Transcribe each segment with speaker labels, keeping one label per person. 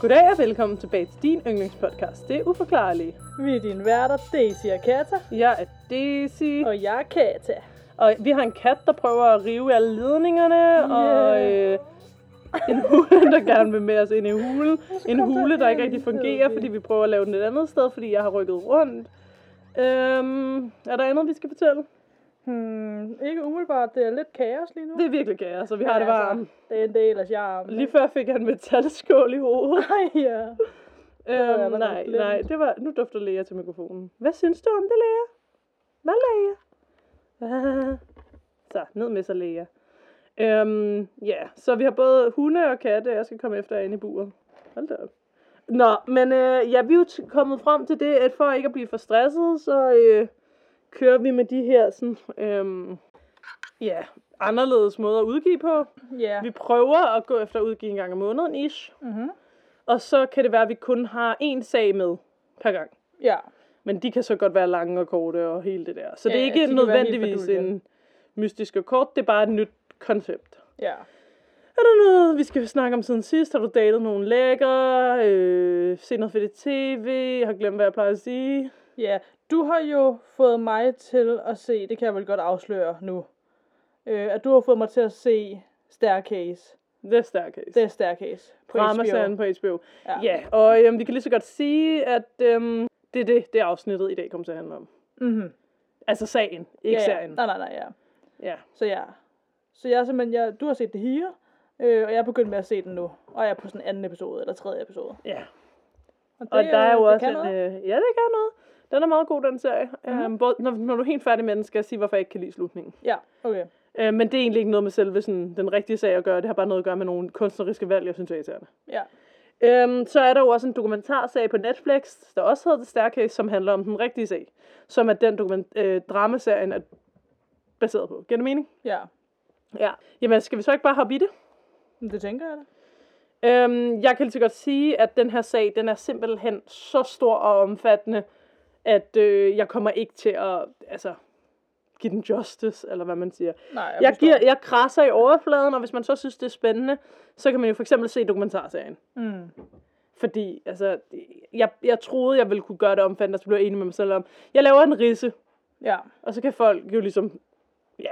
Speaker 1: Goddag og velkommen tilbage til din yndlingspodcast. Det er uforklarligt.
Speaker 2: Vi er dine værter, Daisy og Kata.
Speaker 1: Jeg er Daisy, og,
Speaker 2: Og jeg er Kata.
Speaker 1: og vi har en kat, der prøver at rive alle ledningerne, yeah. og øh, en hule, der gerne vil med os ind i hulen. En
Speaker 2: kom der
Speaker 1: hule, der ikke
Speaker 2: en
Speaker 1: rigtig fungerer,
Speaker 2: fed
Speaker 1: fordi vi prøver at lave den et andet sted, fordi jeg har rykket rundt. Øhm, er der andet, vi skal fortælle?
Speaker 2: Hmm, ikke umiddelbart, det er lidt kaos lige nu.
Speaker 1: Det er virkelig kaos, så vi har det varmt.
Speaker 2: altså, Det er en del af charmen.
Speaker 1: Lige før fik jeg en metalskål i hovedet.
Speaker 2: Ej, ja. var
Speaker 1: Øhm,
Speaker 2: allerede
Speaker 1: nej,
Speaker 2: glemt.
Speaker 1: nej, det var, nu dufter Lea til mikrofonen. Hvad synes du om det, Lea? Hvad, Lea? Ah. Så, ned med sig, Lea. Øhm, ja, så vi har både hunde og katte, jeg skal komme efter inde i buret. Hold da op. Nå, men øh, ja, vi er jo t- kommet frem til det, at for ikke at blive for stresset, så øh, kører vi med de her sådan, øhm, ja, anderledes måder at udgive på.
Speaker 2: Ja.
Speaker 1: Vi prøver at gå efter at udgive en gang om måneden, ish.
Speaker 2: Mm-hmm.
Speaker 1: Og så kan det være, at vi kun har én sag med per gang.
Speaker 2: Ja.
Speaker 1: Men de kan så godt være lange og korte og hele det der. Så ja,
Speaker 2: Ja,
Speaker 1: det er
Speaker 2: de
Speaker 1: ikke
Speaker 2: kan være helt
Speaker 1: nødvendigvis
Speaker 2: fordulgte.
Speaker 1: en mystisk og kort, det er bare et nyt koncept.
Speaker 2: Ja.
Speaker 1: Er der noget, vi skal snakke om siden sidst? Har du datet nogen lækker? Øh, set noget fedt i tv? Jeg har glemt, hvad jeg plejer at sige.
Speaker 2: Ja, du har jo fået mig til at se, det kan jeg vel godt afsløre nu, øh, at du har fået mig til at se Staircase.
Speaker 1: Det er staircase.
Speaker 2: Det er Staircase. på
Speaker 1: Dramaserien på
Speaker 2: HBO.
Speaker 1: HBO.
Speaker 2: Ja.
Speaker 1: Ja, ja og øhm, vi kan lige så godt sige, at øhm, det er det, det afsnittet i dag kommer til at handle om.
Speaker 2: Mm-hmm.
Speaker 1: Altså sagen, ikke
Speaker 2: ja, ja.
Speaker 1: serien.
Speaker 2: Nej, nej, nej, ja.
Speaker 1: Ja.
Speaker 2: Så ja. Så jeg er simpelthen, jeg, du har set det her, øh, og jeg er begyndt med at se den nu. Og jeg er på sådan anden episode, eller tredje episode.
Speaker 1: ja.
Speaker 2: Og, det,
Speaker 1: Og der er
Speaker 2: øh,
Speaker 1: jo
Speaker 2: det
Speaker 1: også
Speaker 2: kan
Speaker 1: en...
Speaker 2: noget.
Speaker 1: Øh, ja, det kan noget. Den er meget god, den serie.
Speaker 2: Mhm.
Speaker 1: Mm-hmm. Um, både, når, når du er helt færdig med den, skal jeg sige, hvorfor jeg ikke kan lide slutningen.
Speaker 2: Ja, okay.
Speaker 1: Uh, men det er egentlig ikke noget med selve sådan, den rigtige sag at gøre. Det har bare noget at gøre med nogle kunstneriske valg, jeg synes er irriterende.
Speaker 2: Ja.
Speaker 1: Um, så er der jo også en dokumentarsag på Netflix, der også hedder The Staircase, som handler om den rigtige sag. Som er den dokument, øh, dramaserien er baseret på. Giver det mening?
Speaker 2: Ja,
Speaker 1: Ja. Jamen, skal vi så ikke bare hoppe i det?
Speaker 2: men det tænker jeg da.
Speaker 1: Øhm, jeg kan lige så godt sige, at den her sag, den er simpelthen så stor og omfattende, at øh, jeg kommer ikke til at, altså, give den justice, eller hvad man siger.
Speaker 2: Nej, jeg,
Speaker 1: Jeg,
Speaker 2: forstår.
Speaker 1: giver, jeg krasser i overfladen, og hvis man så synes, det er spændende, så kan man jo for eksempel se dokumentarserien.
Speaker 2: Mm.
Speaker 1: Fordi, altså, jeg, jeg troede, jeg ville kunne gøre det omfattende, og så blev jeg enig med mig selv om, jeg laver en risse,
Speaker 2: Ja.
Speaker 1: og så kan folk jo ligesom, ja,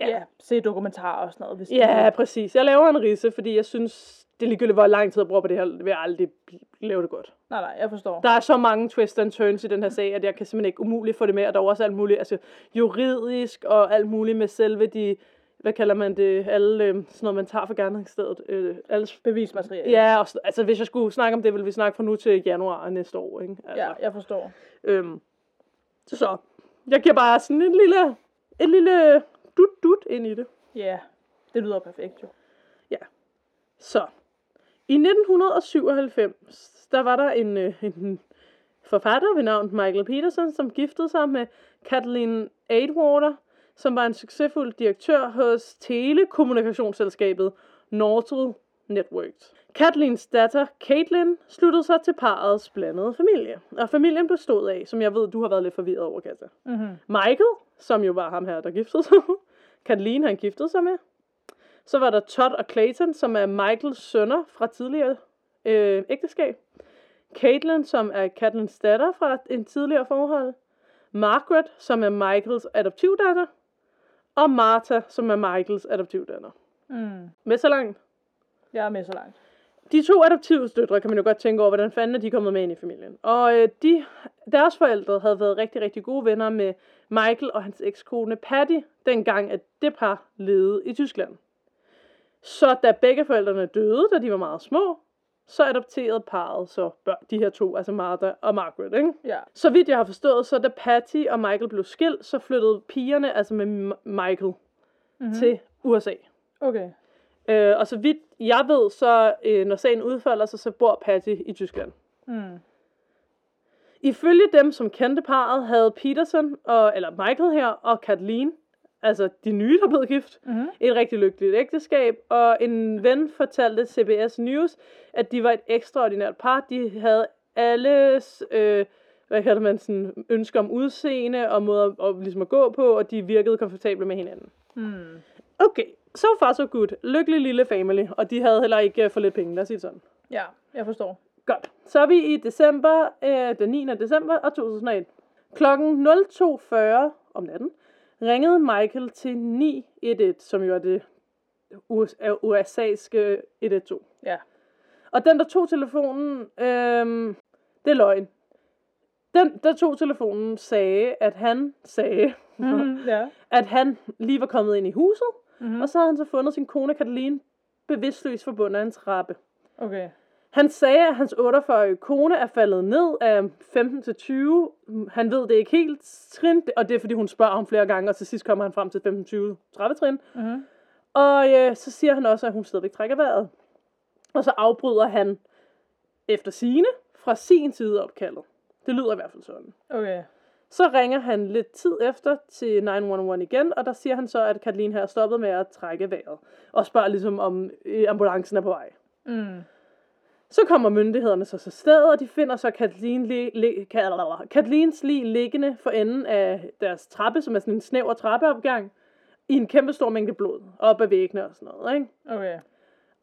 Speaker 2: ja, ja. Se dokumentarer og sådan noget. Hvis
Speaker 1: Ja, præcis. Jeg laver en risse, fordi jeg synes, det er ligegyldigt, hvor lang tid jeg bruger på det her, vil jeg aldrig lave det godt.
Speaker 2: Nej, nej, jeg forstår.
Speaker 1: Der er så mange twists and turns i den her sag, at jeg kan simpelthen ikke umuligt få det med, og der er jo også alt muligt, altså juridisk og alt muligt med selve de, hvad kalder man det, alle, øh, sådan noget, man tager for gerningsstedet. Øh, alle,
Speaker 2: Bevismateriale.
Speaker 1: ja, og, sådan- altså hvis jeg skulle snakke om det, ville vi snakke fra nu til januar næste år, ikke? Altså,
Speaker 2: ja, jeg forstår.
Speaker 1: Øhm, så jeg giver bare sådan en lille, en lille dut-dut ind i det.
Speaker 2: Ja, det lyder perfekt jo.
Speaker 1: Så, i 1997, der var der en, øh, en forfatter ved navn Michael Peterson, som giftede sig med Kathleen Aidwater, som var en succesfuld direktør hos telekommunikationsselskabet Nortel Networks. Kathleens datter, Caitlin, sluttede sig til parrets blandede familie. Og familien bestod af, som jeg ved, du har været lidt forvirret over, Katja.
Speaker 2: Mm-hmm.
Speaker 1: Michael, som jo var ham her, der giftede sig. Kathleen, han giftede sig med. Så var der Todd og Clayton, som er Michaels sønner fra tidligere øh, ægteskab. Caitlin, som er Kathleen's datter fra en tidligere forhold. Margaret, som er Michaels adoptivdatter. Og Martha, som er Michaels adoptivdatter.
Speaker 2: Mm.
Speaker 1: Med så langt.
Speaker 2: Jeg er med så langt.
Speaker 1: De to adoptivstøtre kan man jo godt tænke over, hvordan fanden er de kommet med ind i familien. Og øh, de, deres forældre havde været rigtig, rigtig gode venner med Michael og hans ekskone Patty, dengang at det par levede i Tyskland. Så da begge forældrene døde, da de var meget små, så adopterede parret så børn, de her to, altså Martha og Margaret, ikke?
Speaker 2: Ja.
Speaker 1: Så vidt jeg har forstået, så da Patty og Michael blev skilt, så flyttede pigerne, altså med M- Michael,
Speaker 2: Mm-hmm.
Speaker 1: til USA.
Speaker 2: Okay.
Speaker 1: Øh, og så vidt jeg ved, så øh, når sagen udfolder sig, så bor Patty i Tyskland.
Speaker 2: Mm.
Speaker 1: Ifølge dem, som kendte parret, havde Peterson, og, eller Michael her, og Kathleen, altså de nye, der blev gift,
Speaker 2: Mm-hmm.
Speaker 1: et rigtig lykkeligt ægteskab, og en ven fortalte CBS News, at de var et ekstraordinært par. De havde alles, øh, hvad kalder man sådan, ønsker om udseende og måder at, ligesom at gå på, og de virkede komfortable med hinanden.
Speaker 2: Mm.
Speaker 1: Okay, så so far så so good. Lykkelig lille family, og de havde heller ikke øh, for lidt penge, lad os sige det sådan.
Speaker 2: Ja, jeg forstår.
Speaker 1: Godt. Så er vi i december, øh, den 9. december og 2001. Klokken 02.40 om natten ringede Michael til 911, som jo er det US- er USA'ske 112.
Speaker 2: Ja.
Speaker 1: Og den, der tog telefonen, øhm, det er løgn. Den, der tog telefonen, sagde, at han sagde,
Speaker 2: Mm-hmm. ja.
Speaker 1: at han lige var kommet ind i huset,
Speaker 2: Mm-hmm.
Speaker 1: og så havde han så fundet sin kone Katalin bevidstløs forbundet af en trappe.
Speaker 2: Okay.
Speaker 1: Han sagde, at hans 48-årige kone er faldet ned af 15 til 20. Han ved det ikke helt trin, og det er fordi hun spørger ham flere gange, og til sidst kommer han frem til 15, 20, 30 trin.
Speaker 2: Mm-hmm.
Speaker 1: Og øh, så siger han også, at hun stadigvæk trækker vejret. Og så afbryder han efter sine fra sin side opkaldet. Det lyder i hvert fald sådan.
Speaker 2: Okay.
Speaker 1: Så ringer han lidt tid efter til 911 igen, og der siger han så, at Katalin her er stoppet med at trække vejret. Og spørger ligesom, om øh, ambulancen er på vej.
Speaker 2: Mm.
Speaker 1: Så kommer myndighederne så til stedet, og de finder så Katalin li- li- ka- Katalins lig liggende for enden af deres trappe, som er sådan en snæver trappeopgang, i en kæmpe stor mængde blod, op ad væggene og sådan noget, ikke?
Speaker 2: Okay.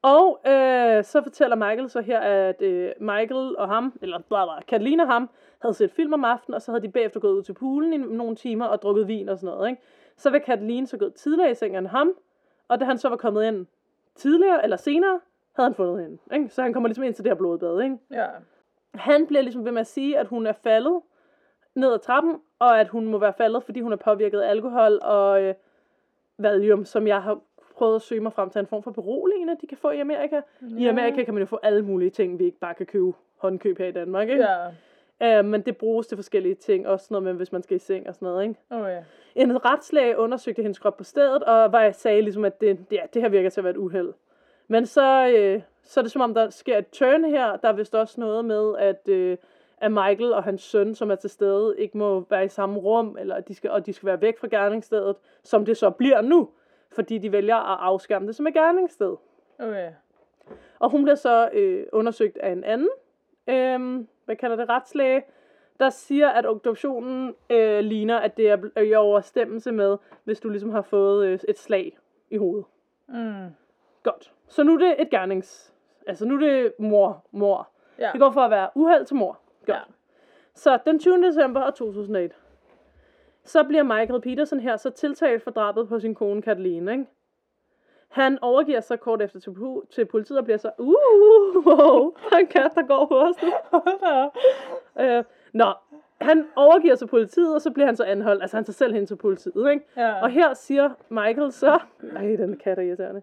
Speaker 1: Og øh, så fortæller Michael så her, at øh, Michael og ham, eller bla bla, Katalin og ham, havde set film om aftenen, og så havde de bagefter gået ud til poolen i nogle timer og drukket vin og sådan noget. Ikke? Så var Katalin så gået tidligere i sengen end ham, og da han så var kommet ind tidligere eller senere, havde han fundet hende. Ikke? Så han kommer ligesom ind til det her blodbad. Ikke?
Speaker 2: Ja.
Speaker 1: Han bliver ligesom ved med at sige, at hun er faldet ned ad trappen, og at hun må være faldet, fordi hun er påvirket af alkohol og øh, valium, som jeg har prøvet at søge mig frem til en form for beroligende, de kan få i Amerika. I Amerika kan man jo få alle mulige ting, vi ikke bare kan købe håndkøb her i Danmark, ikke?
Speaker 2: Ja.
Speaker 1: Ja. Øh, men det bruges til forskellige ting, også sådan noget med, hvis man skal i seng og sådan noget, ikke?
Speaker 2: Okay.
Speaker 1: En retslæge undersøgte hendes krop på stedet, og var, sagde ligesom, at det, ja, det her virker til at være et uheld. Men så, øh, så er det som om, der sker et turn her. Der er vist også noget med, at, øh, at Michael og hans søn, som er til stede, ikke må være i samme rum, eller at de skal, og de skal være væk fra gerningsstedet, som det så bliver nu, fordi de vælger at afskærme det som et gerningssted.
Speaker 2: Okay.
Speaker 1: Og hun bliver så øh, undersøgt af en anden, øh, hvad kalder det, retslæge, der siger, at obduktionen øh, ligner, at det er bl- er i overensstemmelse med, hvis du ligesom har fået øh, et slag i hovedet.
Speaker 2: Mm.
Speaker 1: Godt. Så nu er det et gernings... Altså nu er det mor, mor.
Speaker 2: Ja.
Speaker 1: Det går fra at være uheld til mor. Godt.
Speaker 2: Ja.
Speaker 1: Så den 20. december 2001, så bliver Michael Peterson her så tiltalt for drabet på sin kone Katalina, ikke? Han overgiver sig kort efter til, pu- til politiet og bliver så, uh, wow, han kat, der går på os nu.
Speaker 2: Hold da op.
Speaker 1: Øh, nå, han overgiver sig til politiet, og så bliver han så anholdt. Altså han tager selv hen til politiet, ikke?
Speaker 2: Ja.
Speaker 1: Og her siger Michael så... Nej, den kat er irriterende.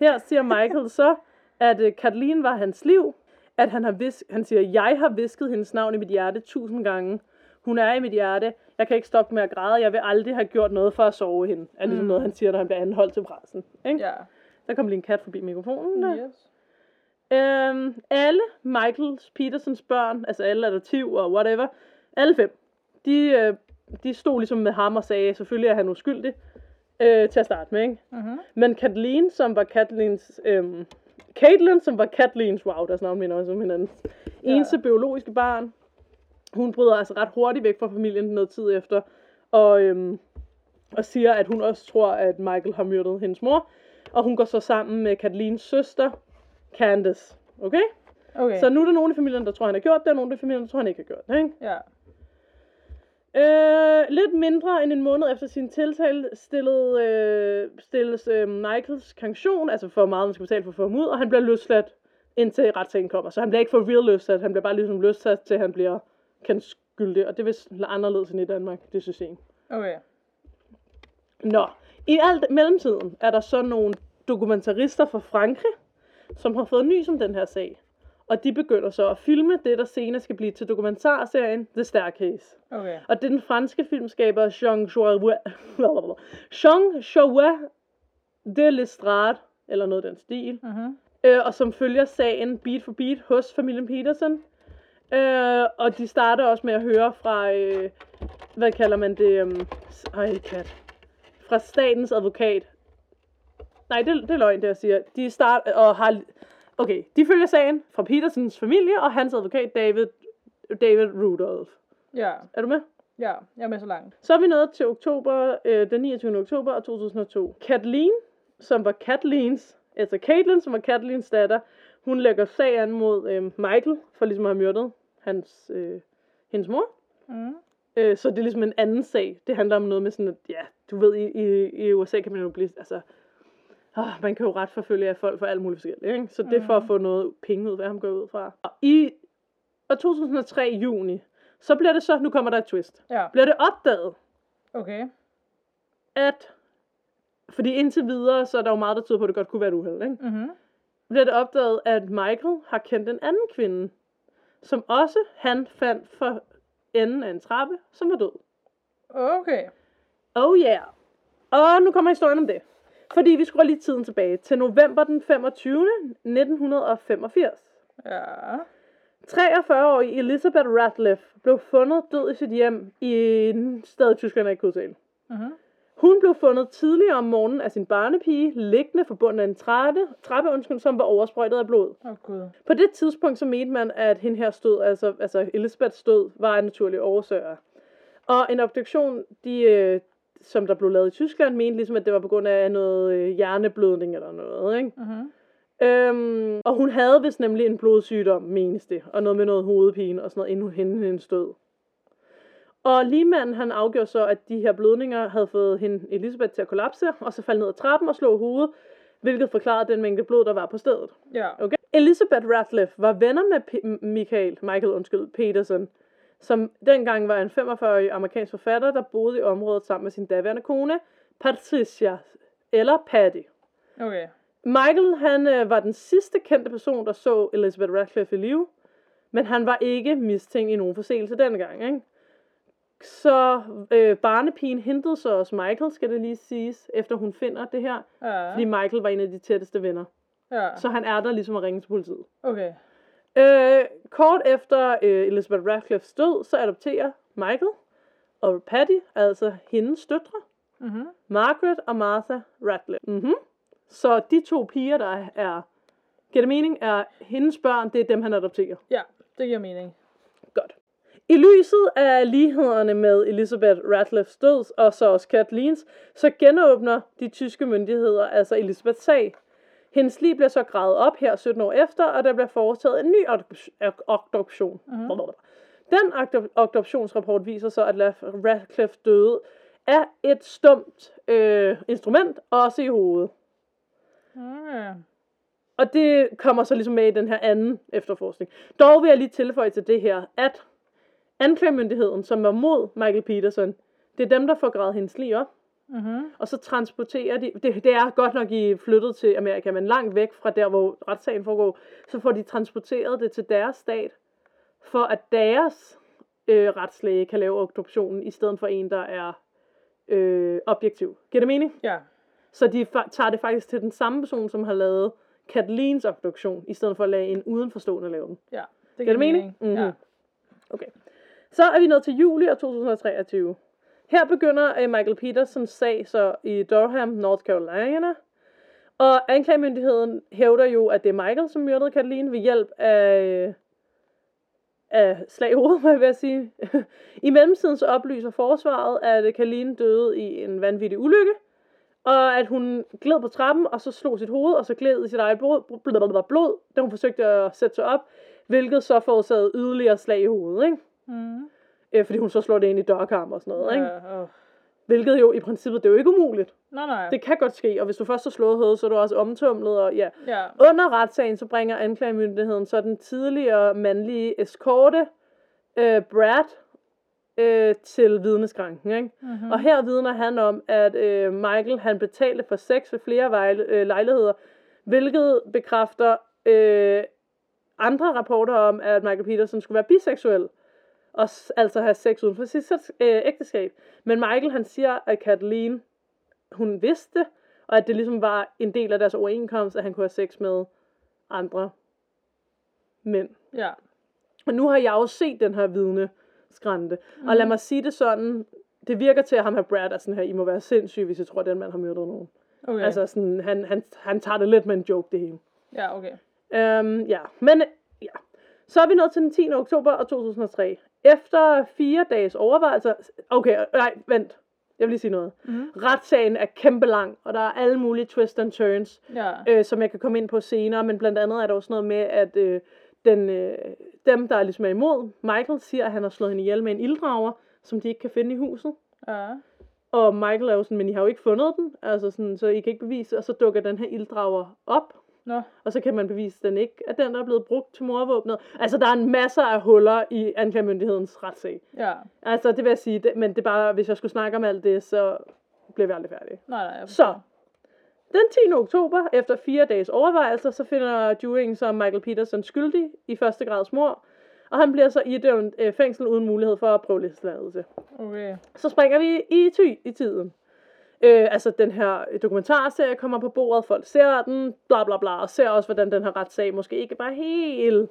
Speaker 1: Her siger Michael så, at øh, Katalin var hans liv. At han, har vis- han siger, jeg har visket hendes navn i mit hjerte tusind gange. Hun er i mit hjerte. Jeg kan ikke stoppe med at græde. Jeg vil aldrig have gjort noget for at sove hende. Er ligesom
Speaker 2: Mm.
Speaker 1: noget, han siger, når han bliver anholdt til pressen. Ikke?
Speaker 2: Ja.
Speaker 1: Der kom lige en kat forbi mikrofonen. Der.
Speaker 2: Yes.
Speaker 1: Øhm, alle Michael Petersens børn, altså alle adoptiv og whatever, alle fem, de, øh, de stod ligesom med ham og sagde, selvfølgelig er han uskyldig øh, til at starte med, ikke?
Speaker 2: Mm-hmm.
Speaker 1: Men Kathleen, som var Kathleen's... Øhm, Caitlin, som var Kathleen's... Wow, deres navn minder også om hinanden. Eneste biologiske barn. Hun bryder altså ret hurtigt væk fra familien noget tid efter. Og, øhm, og siger, at hun også tror, at Michael har myrdet hendes mor. Og hun går så sammen med Kathleens søster, Candace. Okay?
Speaker 2: Okay.
Speaker 1: Så nu er der nogen i familien, der tror, han har gjort det, og nogen i familien, der tror, han ikke har gjort det. Ikke?
Speaker 2: Ja.
Speaker 1: Øh, lidt mindre end en måned efter sin tiltale stillede, øh, stilles øh, Michaels kanktion, altså for hvor meget man skal betale for at få ham ud, og han bliver løsladt indtil retssagen kommer. Så han bliver ikke for real løsladt, han bliver bare ligesom løsladt, til han bliver kendt skyldig, og det er vist anderledes end i Danmark, det system.
Speaker 2: Okay.
Speaker 1: Nå, i alt mellemtiden er der så nogle dokumentarister fra Frankrig, som har fået nys om den her sag. Og de begynder så at filme det, der senere skal blive til dokumentarserien The Staircase.
Speaker 2: Okay.
Speaker 1: Og det er den franske filmskaber Jean Chauvet, Jean Chauvet de Lestrade, eller noget af den stil,
Speaker 2: Mm-hmm.
Speaker 1: øh, og som følger sagen beat for beat hos familien Peterson. Øh, og de starter også med at høre fra, øh, hvad kalder man det, øhm, s- ej, kat, fra statens advokat. Nej, det, det er løgn, det jeg siger. De starter og har, okay, de følger sagen fra Petersons familie og hans advokat David, David Rudolph.
Speaker 2: Ja.
Speaker 1: Er du med?
Speaker 2: Ja. Jeg er med så langt.
Speaker 1: Så er vi nået til oktober, øh, den 29. oktober 2002. Kathleen, som var Kathleen's, altså Caitlin, som var Kathleen's datter, Hun lægger sag an mod øh, Michael, for ligesom at have myrdet hans, øh, hendes mor.
Speaker 2: Mm.
Speaker 1: Øh, så det er ligesom en anden sag. Det handler om noget med sådan, at ja, du ved, i, i, i USA kan man jo blive, altså, åh, man kan jo ret forfølge af folk for alt muligt forskelligt, ikke? Så det er for at få noget penge ud, hvad han går ud fra. Og i og 2003 i juni, så bliver det så, nu kommer der et twist,
Speaker 2: Ja,
Speaker 1: bliver det opdaget,
Speaker 2: okay.
Speaker 1: at, fordi indtil videre, så er der jo meget, der tyder på, at det godt kunne være et uheld, ikke?
Speaker 2: Mm-hmm.
Speaker 1: bliver det opdaget, at Michael har kendt en anden kvinde, som også han fandt for enden af en trappe, som var død.
Speaker 2: Okay.
Speaker 1: Oh yeah. Og nu kommer historien om det. Fordi vi skruer lige tiden tilbage til november den 25. 1985.
Speaker 2: Ja.
Speaker 1: 43-årige Elizabeth Ratliff blev fundet død i sit hjem i en sted, i Tyskland jeg ikke kunne udtale.
Speaker 2: Mm-hmm.
Speaker 1: Hun blev fundet tidligere om morgenen af sin barnepige, liggende forbundet af en trappe, trappe undskyld, som var oversprøjtet af blod.
Speaker 2: Åh, oh, gud.
Speaker 1: På det tidspunkt så mente man, at hende her stod, altså, altså Elisabeths død, var en naturlig årsager. Og en obduktion, de, øh, som der blev lavet i Tyskland, mente ligesom, at det var på grund af noget øh, hjerneblødning eller noget, ikke?
Speaker 2: Mm-hmm.
Speaker 1: Øhm, og hun havde vist nemlig en blodsygdom, menes det, og noget med noget hovedpine og sådan noget, inden hun- inden hendes død. Og ligemanden, han afgjorde så, at de her blødninger havde fået hende Elisabeth til at kollapse, og så falde ned ad trappen og slå hovedet, hvilket forklarede den mængde blod, der var på stedet.
Speaker 2: Ja.
Speaker 1: Okay. Elizabeth Ratliff var venner med P- Michael, Michael undskyld, Peterson, som dengang var en 45-årig amerikansk forfatter, der boede i området sammen med sin daværende kone, Patricia, eller Patty.
Speaker 2: Okay.
Speaker 1: Michael, han øh, var den sidste kendte person, der så Elizabeth Ratcliffe i live, men han var ikke mistænkt i nogen forseelse dengang, ikke? Så øh, barnepigen hentede så også Michael, skal det lige siges, efter hun finder det her,
Speaker 2: Ja.
Speaker 1: fordi Michael var en af de tætteste venner.
Speaker 2: Ja.
Speaker 1: Så han er der ligesom at ringe til politiet.
Speaker 2: Okay.
Speaker 1: Øh, kort efter øh, Elizabeth Ratcliffes død, så adopterer Michael og Patty, altså hendes døtre,
Speaker 2: Mm-hmm.
Speaker 1: Margaret og Martha Ratcliffe. Mm-hmm. Så de to piger, der er, giver det mening, er hendes børn, det er dem, han adopterer.
Speaker 2: Ja, det giver mening.
Speaker 1: Godt. I lyset af lighederne med Elizabeth Ratliffs død, og så også Kathleen's, så genåbner de tyske myndigheder altså Elizabeths sag. Hendes liv bliver så gravet op her 17 år efter, og der bliver foretaget en ny adoption.
Speaker 2: Mhm.
Speaker 1: Den adoptionsrapport viser så, at Laf- Ratcliffe døde af et stumt øh, instrument, også i hovedet.
Speaker 2: Okay.
Speaker 1: Og det kommer så ligesom med i den her anden efterforskning. Dog vil jeg lige tilføje til det her, at anklagemyndigheden, som var mod Michael Peterson, det er dem, der får gravet hendes lige op,
Speaker 2: Mm-hmm.
Speaker 1: og så transporterer de, det, det er godt nok i flyttet til Amerika, men langt væk fra der, hvor retssagen foregår, så får de transporteret det til deres stat, for at deres øh, retslæge kan lave obduktionen, i stedet for en, der er øh, objektiv. Giver det mening?
Speaker 2: Ja.
Speaker 1: Så de fa- tager det faktisk til den samme person, som har lavet Katalins obduktion, i stedet for at lade en udenforstående lave den.
Speaker 2: Ja. Det
Speaker 1: Giver det mening?
Speaker 2: Mm-hmm. Ja.
Speaker 1: Okay. Så er vi nået til juli af 2023. Her begynder øh, Michael Petersens sag så i Durham, North Carolina. Og anklagemyndigheden hævder jo, at det er Michael, som myrdede Katalin ved hjælp af, af slag i hovedet, hvad jeg vil sige. I mellemtiden så oplyser forsvaret, at Katalin døde i en vanvittig ulykke, og at hun gled på trappen, og så slog sit hoved, og så gled i sit eget blod, blod, blod da hun forsøgte at sætte sig op, hvilket så forårsagede yderligere slag i hovedet, ikke?
Speaker 2: Mm-hmm.
Speaker 1: Øh, fordi hun så slår det ind i dørkarm og sådan noget, ikke?
Speaker 2: Ja, åh.
Speaker 1: Hvilket jo i princippet, det er jo ikke umuligt.
Speaker 2: Nej, nej.
Speaker 1: Det kan godt ske, og hvis du først har slået hovedet, så er du også omtumlet, og ja.
Speaker 2: Ja.
Speaker 1: Under retssagen, så bringer anklagemyndigheden så den tidligere mandlige eskorte, øh, Brad, øh, til vidneskranken, ikke?
Speaker 2: Mm-hmm.
Speaker 1: Mm. Og her vidner han om, at øh, Michael han betalte for sex ved flere vejle, øh, lejligheder, hvilket bekræfter øh, andre rapporter om, at Michael Peterson skulle være biseksuel, og s- altså have sex uden for sit sæt- øh, ægteskab. Men Michael han siger, at Kathleen, hun vidste, det, og at det ligesom var en del af deres overenkomst, at han kunne have sex med andre mænd.
Speaker 2: Ja.
Speaker 1: Og nu har jeg jo set den her vidne skrante. Mm. Og lad mig sige det sådan, det virker til, at ham her Brad er sådan her, I må være sindssyge, hvis I tror, at den mand har myrdet nogen.
Speaker 2: Okay.
Speaker 1: Okay. Altså sådan, han, han, han tager det lidt med en joke, det hele.
Speaker 2: Ja, okay.
Speaker 1: Øhm, ja, men øh, ja. Så er vi nået til den 10. oktober 2003. Efter fire dages overvejelser... Okay, øh, nej, vent. Jeg vil lige sige noget.
Speaker 2: Mhm.
Speaker 1: Retssagen er kæmpe lang, og der er alle mulige twists and turns,
Speaker 2: Ja.
Speaker 1: øh, som jeg kan komme ind på senere, men blandt andet er der også noget med, at øh, den, øh, dem, der ligesom er imod, Michael siger, at han har slået hende ihjel med en ilddrager, som de ikke kan finde i huset.
Speaker 2: ja.
Speaker 1: Og Michael er jo sådan, men I har jo ikke fundet den, altså sådan, så I kan ikke bevise, og så dukker den her ilddrager op,
Speaker 2: Nå.
Speaker 1: og så kan man bevise, at den ikke er den, der er blevet brugt til morvåbnet. Altså, der er en masse af huller i anklagemyndighedens retssag.
Speaker 2: Ja.
Speaker 1: Altså, det vil jeg sige, det, men det er bare, hvis jeg skulle snakke om alt det, så bliver vi aldrig færdige.
Speaker 2: Nej, nej. Jeg
Speaker 1: Så,
Speaker 2: forstår.
Speaker 1: den 10. oktober, efter fire dages overvejelser, så finder juryen så Michael Peterson skyldig i første grads mor, og han bliver så idømt øh, fængsel uden mulighed for at prøveløsladelse.
Speaker 2: Okay.
Speaker 1: Så springer vi i ty i tiden. Øh, altså, den her dokumentarserie kommer på bordet, folk ser den, bla bla bla, og ser også, hvordan den her retssag måske ikke bare helt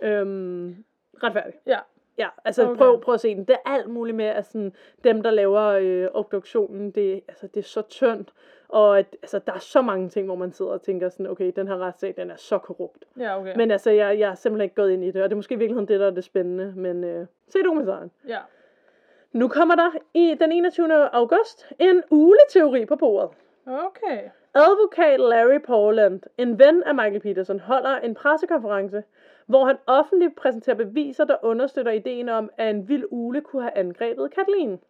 Speaker 1: øhm, retfærdig.
Speaker 2: Ja.
Speaker 1: Ja, altså okay.
Speaker 2: Okay.
Speaker 1: prøv, prøv at se den. Det er alt muligt med, at sådan, dem, der laver øh, obduktionen, det, altså, det er så tyndt. Og at, altså, der er så mange ting, hvor man sidder og tænker sådan, okay, den her retssag, den er så korrupt.
Speaker 2: Ja, okay.
Speaker 1: Men altså, jeg, jeg er simpelthen ikke gået ind i det, og det er måske i virkeligheden det, der er det spændende. Men øh, se dokumentaren.
Speaker 2: Ja.
Speaker 1: Nu kommer der i den 21. august en uleteori på bordet.
Speaker 2: Okay.
Speaker 1: Advokat Larry Portland, en ven af Michael Peterson, holder en pressekonference, hvor han offentligt præsenterer beviser, der understøtter ideen om, at en vild ule kunne have angrebet Kathleen.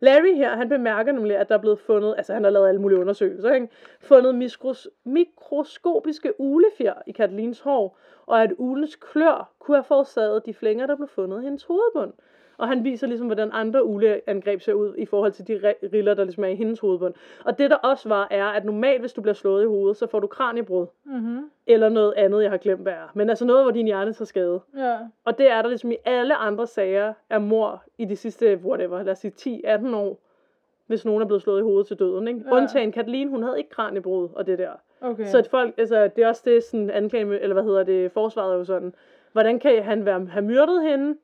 Speaker 1: Larry her, han bemærker nemlig, at der er blevet fundet, altså han har lavet alle mulige undersøgelser, ikke? fundet mikros, mikroskopiske ulefjer i Kathleen's hår, og at ulens klør kunne have forårsaget de flænger, der blev fundet i hendes hovedbund. Og han viser ligesom, hvordan andre uleangreb ser ud i forhold til de re- riller, der ligesom er i hendes hovedbund. Og det der også var, er, at normalt, hvis du bliver slået i hovedet, så får du kraniebrud.
Speaker 2: Mhm.
Speaker 1: Eller noget andet, jeg har glemt, hvad er. Men altså noget, hvor din hjerne så skadet.
Speaker 2: Ja.
Speaker 1: Og det er der ligesom i alle andre sager af mor i de sidste, whatever, lad os sige 10-18 år, hvis nogen er blevet slået i hovedet til døden. Ikke?
Speaker 2: Ja.
Speaker 1: Undtagen Kathleen, hun havde ikke kraniebrud og det der.
Speaker 2: Okay.
Speaker 1: Så at folk, altså, det er også det sådan anklage, eller hvad hedder det, forsvaret er jo sådan, hvordan kan han være, have myrdet hende,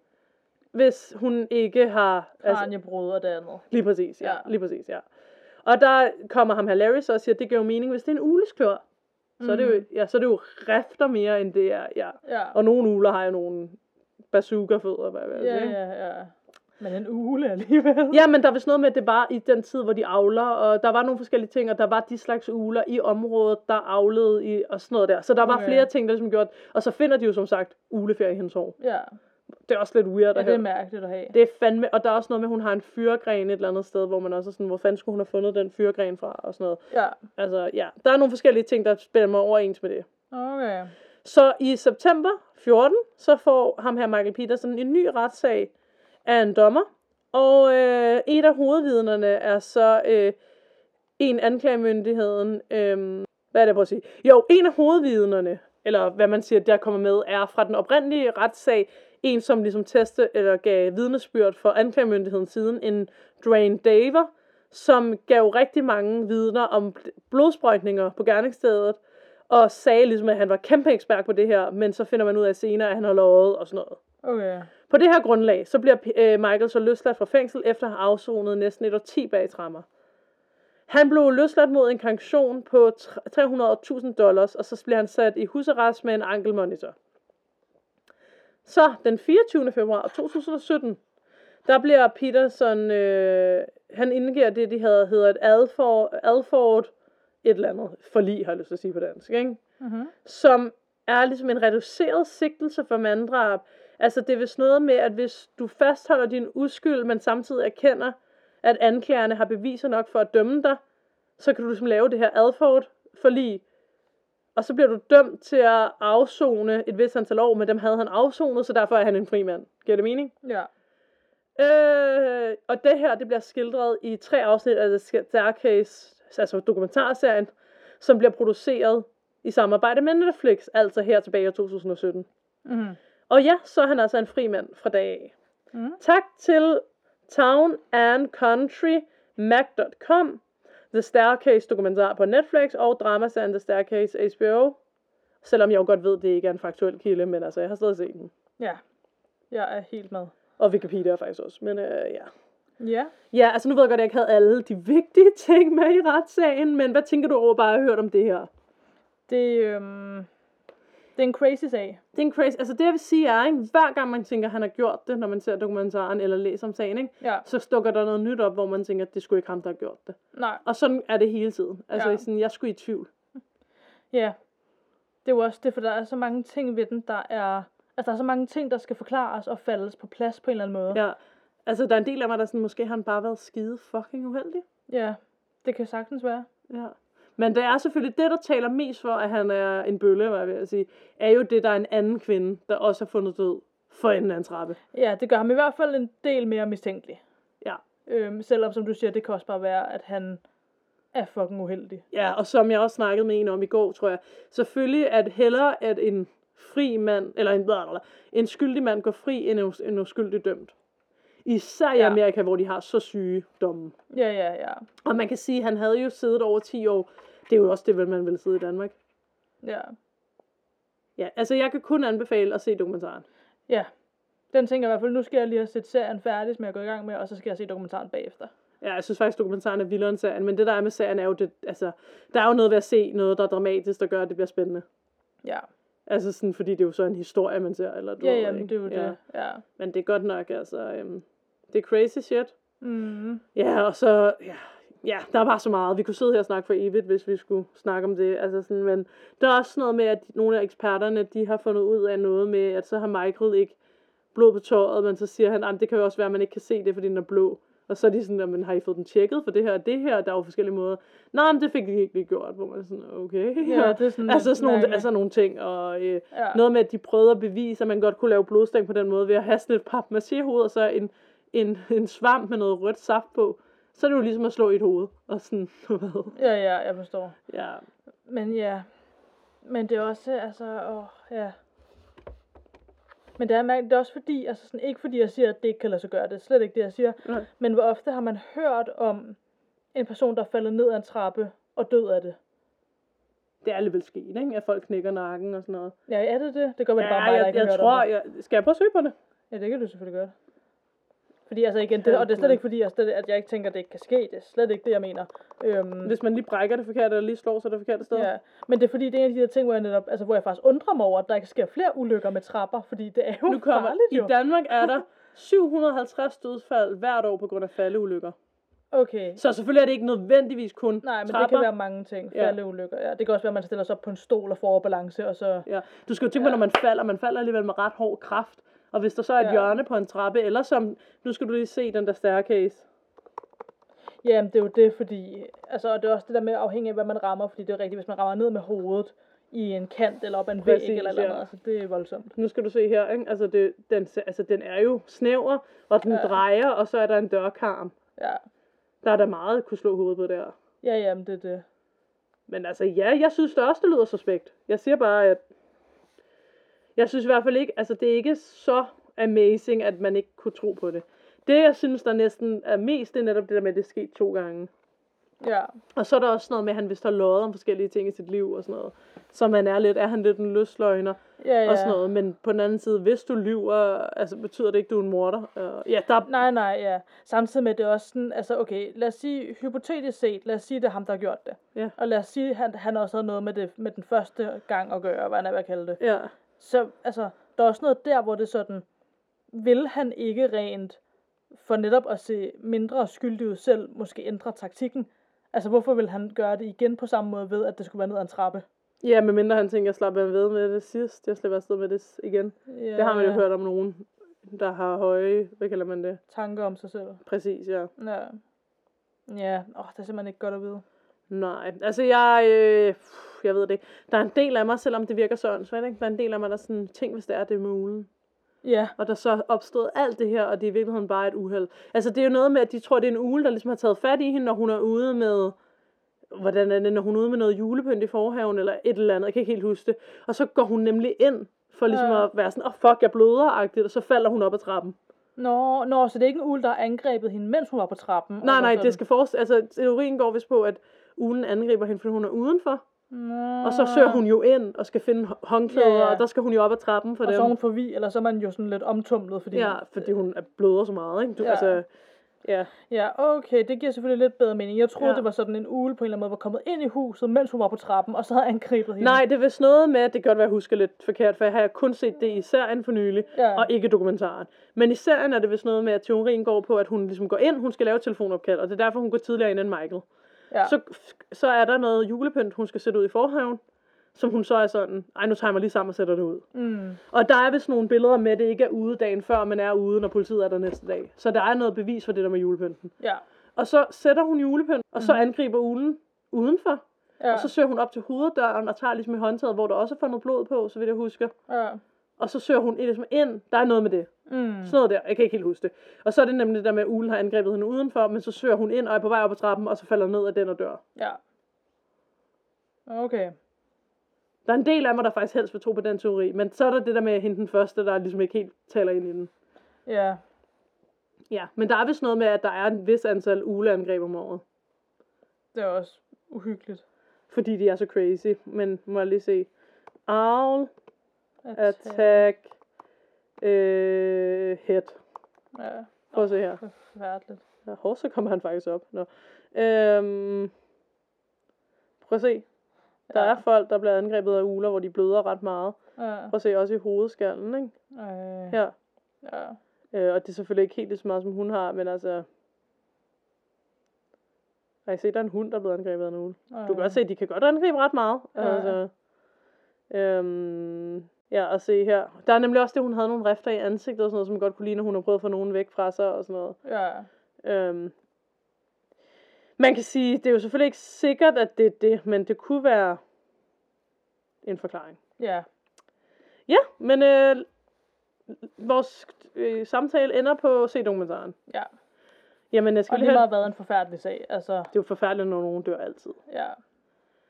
Speaker 1: hvis hun ikke har, altså,
Speaker 2: Kranjebrud og det andet.
Speaker 1: lige præcis, ja,
Speaker 2: Ja.
Speaker 1: lige præcis, ja. Og der kommer ham her Larry så og siger, at det giver jo mening, hvis det er en ulesklør. Så, er det jo,
Speaker 2: Mhm.
Speaker 1: ja, så er det jo rifter mere, end det er, ja.
Speaker 2: Ja.
Speaker 1: Og nogle uler har jo nogle bazooka-fødder, hvad jeg vil
Speaker 2: Ja,
Speaker 1: sige.
Speaker 2: ja, ja. Men en ule alligevel.
Speaker 1: Ja, men der er vist noget med, at det var i den tid, hvor de avler, og der var nogle forskellige ting, og der var de slags uler i området, der avlede i, og sådan noget der. Så der var
Speaker 2: Okay.
Speaker 1: flere ting, der ligesom gjorde, og så finder de jo som sagt uleferie i hendes hår.
Speaker 2: Ja.
Speaker 1: Det er også lidt weird
Speaker 2: ja
Speaker 1: at
Speaker 2: det er
Speaker 1: have.
Speaker 2: mærkeligt at have.
Speaker 1: Det er fandme, og der er også noget med, at hun har en fyregren et eller andet sted, hvor man også er sådan, hvor fanden skulle hun have fundet den fyregren fra, og sådan noget.
Speaker 2: Ja.
Speaker 1: Altså, ja, der er nogle forskellige ting, der spiller mig overens med det.
Speaker 2: Okay.
Speaker 1: Så i september 14, så får ham her Michael Peterson en ny retssag af en dommer. Og øh, et af hovedvidnerne er så øh, en anklagemyndigheden, øh, hvad er det, jeg prøver at sige? Jo, en af hovedvidnerne, eller hvad man siger, der kommer med, er fra den oprindelige retssag, en som ligesom teste eller gav vidnesbyrd for anklagemyndigheden siden, en Drain Daver, som gav rigtig mange vidner om blodsprøjtninger på gerningsstedet, og sagde ligesom, at han var kæmpe ekspert på det her, men så finder man ud af senere, at han har lovet og sådan noget.
Speaker 2: Okay.
Speaker 1: På det her grundlag, så bliver øh, Michael så løsladt fra fængsel, efter at have afsonet næsten et årti bag trammer. Han blev løsladt mod en sanktion på tr- 300.000 dollars, og så bliver han sat i husarrest med en ankelmonitor. Så den 24. februar 2017, der bliver Peterson, øh, han indgiver det, de havde, hedder et Alford, Alford et eller andet forlig, har jeg lyst til at sige på dansk, ikke?
Speaker 2: Mhm.
Speaker 1: som er ligesom en reduceret sigtelse for manddrab. Altså det er vist noget med, at hvis du fastholder din uskyld, men samtidig erkender, at anklagerne har beviser nok for at dømme dig, så kan du ligesom lave det her adford forlig, og så bliver du dømt til at afzone et vist antal år, men dem havde han afzonet, så derfor er han en fri mand. Giver det mening?
Speaker 2: Ja.
Speaker 1: Øh, og det her, det bliver skildret i tre afsnit af The Staircase, altså dokumentarserien, som bliver produceret i samarbejde med Netflix, altså her tilbage i 2017.
Speaker 2: Mhm.
Speaker 1: Og ja, så er han altså en fri mand fra dag af.
Speaker 2: Mhm.
Speaker 1: Tak til Town and Country, Mac.com, The Staircase dokumentar på Netflix og dramaserien The Staircase HBO. Selvom jeg jo godt ved, det ikke er en faktuel kilde, men altså, jeg har stadig set den.
Speaker 2: Ja. Jeg er helt med.
Speaker 1: Og Wikipedia faktisk også, men øh, ja.
Speaker 2: Ja.
Speaker 1: Ja, altså nu ved jeg godt, at jeg ikke havde alle de vigtige ting med i retssagen, men hvad tænker du over bare at have hørt om det her?
Speaker 2: Det, øhm, Det er en crazy sag.
Speaker 1: Det er en crazy... Altså det, jeg vil sige er, ikke? hver gang man tænker, at han har gjort det, når man ser dokumentaren eller læser om sagen, ikke?
Speaker 2: Ja.
Speaker 1: så stukker der noget nyt op, hvor man tænker, at det skulle ikke ham, der har gjort det.
Speaker 2: Nej.
Speaker 1: Og sådan er det hele tiden. Altså
Speaker 2: Ja.
Speaker 1: ja. sådan, jeg skulle i tvivl.
Speaker 2: Ja. Det er jo også det, for der er så mange ting ved den, der er... Altså, der er så mange ting, der skal forklares og faldes på plads på en eller anden måde.
Speaker 1: Ja. Altså der er en del af mig, der er sådan, måske har han bare været skide fucking uheldig.
Speaker 2: ja. Det kan sagtens være.
Speaker 1: Ja. Men det er selvfølgelig det, der taler mest for, at han er en bølle, var jeg ved at sige, er jo det, der er en anden kvinde, der også har fundet død for enden af en trappe.
Speaker 2: Ja, det gør ham i hvert fald en del mere mistænkelig.
Speaker 1: Ja.
Speaker 2: Øhm, selvom, som du siger, det kan også bare være, at han er fucking uheldig.
Speaker 1: Ja, og som jeg også snakkede med en om i går, tror jeg, selvfølgelig at hellere, at en fri mand, eller en, blablabla, en skyldig mand går fri, end en us- en uskyldig dømt. Især i
Speaker 2: Ja.
Speaker 1: Amerika, hvor de har så syge domme.
Speaker 2: Ja, ja, ja.
Speaker 1: Og man kan sige, at han havde jo siddet over 10 år. Det er jo også det, vel, man ville sidde i Danmark.
Speaker 2: Ja.
Speaker 1: Ja, altså jeg kan kun anbefale at se dokumentaren.
Speaker 2: Ja. Den tænker jeg i hvert fald, nu skal jeg lige have set serien færdig, som jeg er gået i gang med, og så skal jeg se dokumentaren bagefter.
Speaker 1: Ja, jeg synes faktisk, dokumentaren er vildere end serien, men det der er med serien er jo, det, altså, der er jo noget ved at se noget, der er dramatisk, der gør, at det bliver spændende.
Speaker 2: Ja.
Speaker 1: Altså sådan, fordi det er jo så en historie, man ser, eller du
Speaker 2: Ja,
Speaker 1: ved,
Speaker 2: ja, men
Speaker 1: ikke?
Speaker 2: det er jo det. Ja.
Speaker 1: Men det er godt nok, altså, øhm, det er crazy shit.
Speaker 2: Mm.
Speaker 1: Ja, og så, ja, ja, der var så meget. Vi kunne sidde her og snakke for evigt, hvis vi skulle snakke om det. Altså sådan, men der er også noget med, at nogle af eksperterne, de har fundet ud af noget med, at så har Michael ikke blod på tøjet, men så siger han, at det kan jo også være, at man ikke kan se det, fordi den er blå. Og så er de sådan, men har I fået den tjekket for det her og det her? Der er jo forskellige måder. Nej, men det fik de ikke lige gjort, hvor man er sådan, okay.
Speaker 2: Ja, det er sådan
Speaker 1: altså sådan
Speaker 2: lidt
Speaker 1: nogle,
Speaker 2: mærkeligt.
Speaker 1: altså nogle ting, og øh,
Speaker 2: Ja.
Speaker 1: noget med, at de prøvede at bevise, at man godt kunne lave blodstænk på den måde, ved at have sådan et pap hoved og så en, en, en svamp med noget rødt saft på. Så er det jo ligesom at slå i et hoved. Og sådan, hvad?
Speaker 2: Ja, ja, jeg forstår.
Speaker 1: ja.
Speaker 2: Men ja. Men det er også, altså, åh, ja. Men det er, mærkeligt. det er også fordi, altså sådan, ikke fordi jeg siger, at det ikke kan lade sig gøre, det er slet ikke det, jeg siger.
Speaker 1: Nej.
Speaker 2: Men hvor ofte har man hørt om en person, der er faldet ned ad en trappe og død af det?
Speaker 1: Det er alligevel sket, ikke? At folk knækker nakken og sådan noget.
Speaker 2: Ja, er det det? Det går vel
Speaker 1: Ja,
Speaker 2: bare mig, der
Speaker 1: jeg,
Speaker 2: ikke har
Speaker 1: jeg
Speaker 2: hørt
Speaker 1: tror,
Speaker 2: om det.
Speaker 1: jeg, skal jeg prøve at søge på det?
Speaker 2: Ja, det kan du selvfølgelig godt. Fordi altså igen, det, og det er slet
Speaker 1: Kæmpe.
Speaker 2: ikke fordi, jeg, slet, at jeg ikke tænker, at det ikke kan ske. Det er slet ikke det, jeg mener. Øhm,
Speaker 1: Hvis man lige brækker det forkert, eller lige slår sig det forkerte sted.
Speaker 2: Ja, men det er fordi, det er en af de der ting, hvor jeg, netop, altså, hvor jeg faktisk undrer mig over, at der ikke sker flere ulykker med trapper, fordi det er jo
Speaker 1: Nu kommer,
Speaker 2: farligt jo.
Speaker 1: I Danmark er der 750 dødsfald hvert år på grund af faldeulykker.
Speaker 2: Okay,
Speaker 1: Så selvfølgelig er det ikke nødvendigvis kun
Speaker 2: nej, men
Speaker 1: trapper.
Speaker 2: det kan være mange ting.
Speaker 1: Ja.
Speaker 2: Faldeulykker, ja. Det kan også være, at man stiller sig op på en stol og får overbalance, og så...
Speaker 1: Ja. Du skal jo tænke på, når man falder, man falder alligevel med ret hård kraft. Og hvis der så er et
Speaker 2: Ja.
Speaker 1: ja. hjørne på en trappe, eller som, nu skal du lige se den der staircase.
Speaker 2: Jamen, det er jo det, fordi... Altså, og det er også det der med afhængig af, hvad man rammer, fordi det er jo rigtigt, hvis man rammer ned med hovedet i en kant eller op ad en væg
Speaker 1: Præcis,
Speaker 2: eller
Speaker 1: ja.
Speaker 2: noget, ja. så det er voldsomt.
Speaker 1: Nu skal du se her, ikke? Altså, det, den, se- altså den er jo snæver, og den
Speaker 2: Ja.
Speaker 1: ja. drejer, og så er der en dørkarm.
Speaker 2: Ja,
Speaker 1: Der er der meget, at kunne slå hovedet på der.
Speaker 2: ja jamen, det er det.
Speaker 1: Men altså, ja, jeg synes det også, det lyder suspekt. Jeg siger bare, at jeg synes i hvert fald ikke, altså det er ikke så amazing, at man ikke kunne tro på det. Det, jeg synes, der næsten er mest, det er netop det der med, at det er sket to gange.
Speaker 2: Ja,
Speaker 1: Og så er der også noget med, at han vist har løjet om forskellige ting i sit liv og sådan noget. Så man er lidt, er han lidt en løsløgner
Speaker 2: ja, ja.
Speaker 1: ja. og sådan noget. Men på den anden side, hvis du lyver, altså betyder det ikke, du er en morder. Uh, ja, der,
Speaker 2: Nej, nej, ja. Samtidig med, at det er også sådan, altså okay, lad os sige, hypotetisk set, lad os sige, det er ham, der har gjort det.
Speaker 1: Ja.
Speaker 2: Og lad os sige, at han, han også havde noget med, det, med den første gang at gøre, hvad han er ved at kalde det.
Speaker 1: ja,
Speaker 2: Så altså, der er også noget der, hvor det er sådan, vil han ikke rent for netop at se mindre skyldig ud selv, måske ændre taktikken? Altså, hvorfor vil han gøre det igen på samme måde ved, at det skulle være ned ad en trappe?
Speaker 1: ja, medmindre han tænker, jeg slapper ved med det sidst. Jeg slipper afsted med det igen.
Speaker 2: Ja,
Speaker 1: Det har man jo hørt om nogen, der har høje, hvad kalder man det?
Speaker 2: Tanker om sig selv.
Speaker 1: Præcis, ja.
Speaker 2: Ja. Ja, åh, det er simpelthen ikke godt at vide.
Speaker 1: Nej, altså jeg, øh, pff, jeg ved det ikke. Der er en del af mig, selvom det virker så åndssvagt, ikke? der er en del af mig, der er sådan, ting, hvis det er, det er muligt.
Speaker 2: Ja,
Speaker 1: Og der så opstod alt det her, og det er i virkeligheden bare et uheld. Altså, det er jo noget med, at de tror, det er en ule, der ligesom har taget fat i hende, når hun er ude med... Hvordan er det, når hun er ude med noget julepynt i forhaven, eller et eller andet, jeg kan ikke helt huske det. Og så går hun nemlig ind, for ligesom
Speaker 2: Ja.
Speaker 1: at være sådan, åh, oh, fuck, jeg bløder og så falder hun op ad trappen.
Speaker 2: Nå, nå, så det er ikke en ul, der har angrebet hende, mens hun var på trappen? og
Speaker 1: Nej,
Speaker 2: var
Speaker 1: nej,
Speaker 2: sådan-
Speaker 1: det skal forestille... Altså, teorien går vist på, at ulen angriber hende, fordi hun er udenfor.
Speaker 2: Nå.
Speaker 1: Og så søger hun jo ind, og skal finde hå- håndklæder,
Speaker 2: Ah. Ja, ja.
Speaker 1: og der skal hun jo op ad trappen for
Speaker 2: Og
Speaker 1: dem.
Speaker 2: så er hun forvi, eller så er man jo sådan lidt omtumlet, fordi...
Speaker 1: Ja, fordi hun er bløder så meget, ikke? Du,
Speaker 2: Ja.
Speaker 1: ja. altså, Ja.
Speaker 2: Ja, okay, det giver selvfølgelig lidt bedre mening. Jeg troede,
Speaker 1: Ja.
Speaker 2: ja. det var sådan en ule på en eller anden måde, var kommet ind i huset, mens hun var på trappen, og så havde angrebet hende.
Speaker 1: Nej, det er vist noget med, at det kan godt være, at jeg husker lidt forkert, for jeg har kun set det i serien for nylig,
Speaker 2: Ja.
Speaker 1: og ikke dokumentaren. Men i serien er det vist noget med, at teorien går på, at hun ligesom går ind, hun skal lave et telefonopkald, og det er derfor, hun går tidligere ind end Michael.
Speaker 2: ja.
Speaker 1: Så, så er der noget julepynt, hun skal sætte ud i forhaven, som hun så er sådan, ej, nu tager jeg mig lige sammen og sætter det ud.
Speaker 2: Mm.
Speaker 1: Og der er vist nogle billeder med, at det ikke er ude dagen før, men er ude, når politiet er der næste dag. Så der er noget bevis for det der med julepynten.
Speaker 2: Ja.
Speaker 1: Og så sætter hun julepynt, og
Speaker 2: Mhm.
Speaker 1: så angriber ulen udenfor.
Speaker 2: Ja.
Speaker 1: Og så søger hun op til hoveddøren og tager ligesom i håndtaget, hvor der også er fundet blod på, så vidt jeg husker.
Speaker 2: ja.
Speaker 1: Og så søger hun ligesom ind. Der er noget med det.
Speaker 2: Mm.
Speaker 1: Sådan noget der. Jeg kan ikke helt huske det. Og så er det nemlig det der med, at ulen har angrebet hende udenfor, men så søger hun ind og er på vej op ad trappen, og så falder ned af den og dør.
Speaker 2: Ja. Okay.
Speaker 1: Der er en del af mig, der faktisk helst vil tro på den teori, men så er der det der med hende den første, der ligesom ikke helt taler ind i den.
Speaker 2: Ja.
Speaker 1: Ja, men der er vist noget med, at der er en vis antal uleangreb om året,
Speaker 2: Det er også uhyggeligt.
Speaker 1: fordi de er så crazy. Men må jeg lige se. Owl
Speaker 2: At tage-
Speaker 1: attack øh, head.
Speaker 2: Ja.
Speaker 1: Prøv at se her.
Speaker 2: Forfærdeligt.
Speaker 1: Ja, hov, så kommer han faktisk op. Nå. Øhm, prøv at se. Der
Speaker 2: Ja.
Speaker 1: er folk, der bliver angrebet af uler, hvor de bløder ret meget.
Speaker 2: Ja.
Speaker 1: Prøv at se, også i hovedskallen, ikke?
Speaker 2: Øh,
Speaker 1: Her.
Speaker 2: ja.
Speaker 1: Øh, og det er selvfølgelig ikke helt lige så meget, som hun har, men altså... Ej, se, der er en hund, der er blevet angrebet af en ule. Du kan også se, at de kan godt angribe ret meget.
Speaker 2: Ja.
Speaker 1: Altså, øhm, ja, og se her. Der er nemlig også det, hun havde nogle rifter i ansigtet og sådan noget, som godt kunne ligne, at hun har prøvet at få nogen væk fra sig og sådan noget.
Speaker 2: Ja.
Speaker 1: Øhm, man kan sige, det er jo selvfølgelig ikke sikkert, at det er det, men det kunne være en forklaring.
Speaker 2: Ja.
Speaker 1: Ja, men øh, vores øh, samtale ender på se dokumentaren.
Speaker 2: Ja.
Speaker 1: Jamen, jeg
Speaker 2: Og
Speaker 1: skal
Speaker 2: det
Speaker 1: lige have...
Speaker 2: har
Speaker 1: Det
Speaker 2: været en forfærdelig sag. Altså,
Speaker 1: er jo forfærdeligt, når nogen dør altid.
Speaker 2: ja.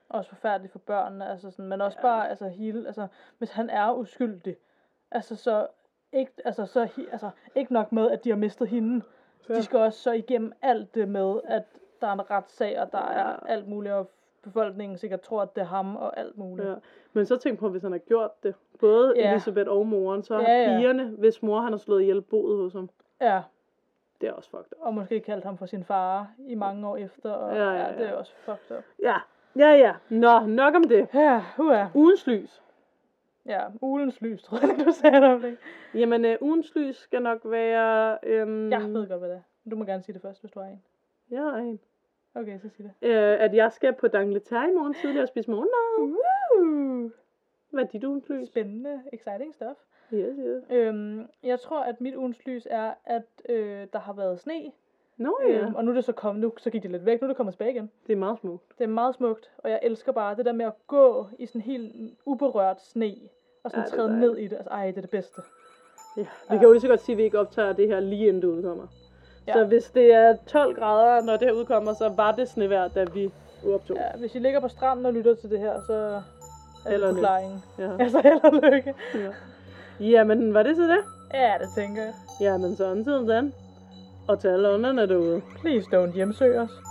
Speaker 2: Også forfærdeligt for børnene, altså sådan, men også
Speaker 1: Ja.
Speaker 2: ja. bare, altså, hele, altså, hvis han er uskyldig, altså, så ikke, altså, så, hi- altså, ikke nok med, at de har mistet hende. Ja.
Speaker 1: Ja.
Speaker 2: De skal også så igennem alt det med, at der er en retssag, og der ja. er
Speaker 1: Ja.
Speaker 2: alt muligt, og befolkningen sikkert tror, at det er ham, og alt muligt.
Speaker 1: Ja. Men så tænk på, hvis han har gjort det. Både
Speaker 2: Mm. Ja.
Speaker 1: Elisabeth og moren, så har
Speaker 2: Ja, ja.
Speaker 1: pigerne, hvis mor han har slået ihjel, boet hos ham.
Speaker 2: ja.
Speaker 1: Det er også fucked up.
Speaker 2: Og måske kaldt ham for sin far i mange år efter. Og
Speaker 1: Ja,
Speaker 2: ja,
Speaker 1: ja,
Speaker 2: ja,
Speaker 1: ja.
Speaker 2: ja. det er også fucked up.
Speaker 1: Ja, ja, ja. Nå, nok om det.
Speaker 2: Ja, hua.
Speaker 1: Ugens lys.
Speaker 2: Ja, ulens lys, tror jeg, du sagde det om det.
Speaker 1: Jamen, øh, ugens lys skal nok være... Øhm,
Speaker 2: Jeg ved godt, hvad det er. Men Du må gerne sige det først, hvis du har en.
Speaker 1: Jeg har en.
Speaker 2: Okay, så sig det.
Speaker 1: Øh, at jeg skal på Dangleterre i morgen tidlig og spise morgenmad.
Speaker 2: Uh,
Speaker 1: Hvad er dit ugens lys?
Speaker 2: spændende, exciting stuff.
Speaker 1: Yes, yes.
Speaker 2: Øhm, jeg tror, at mit ugens lys er, at øh, der har været sne.
Speaker 1: Nå ja,
Speaker 2: Øhm, og nu er det så kommet, nu så gik det lidt væk, nu er det kommet tilbage igen.
Speaker 1: det er meget smukt.
Speaker 2: Det er meget smukt, og jeg elsker bare det der med at gå i sådan helt uberørt sne.
Speaker 1: Ja,
Speaker 2: Og sådan
Speaker 1: det er
Speaker 2: træde
Speaker 1: dejligt.
Speaker 2: ned i det. Altså, ej, det er det bedste.
Speaker 1: Ja. Vi kan jo lige så godt sige, at vi ikke optager det her lige inden det udkommer. Ja.
Speaker 2: Ja.
Speaker 1: Så hvis det er 12 grader, når det her udkommer, så var det snevejr, da vi optog.
Speaker 2: Ja, hvis I ligger på stranden og lytter til det her, så er
Speaker 1: Held og lykke.
Speaker 2: det forklaringen.
Speaker 1: Ja.
Speaker 2: Altså, held og lykke.
Speaker 1: ja. Jamen, var det så det?
Speaker 2: Ja, det tænker jeg.
Speaker 1: Jamen, sådan siden den. Og til alle ånderne derude.
Speaker 2: Please don't hjemsøge os.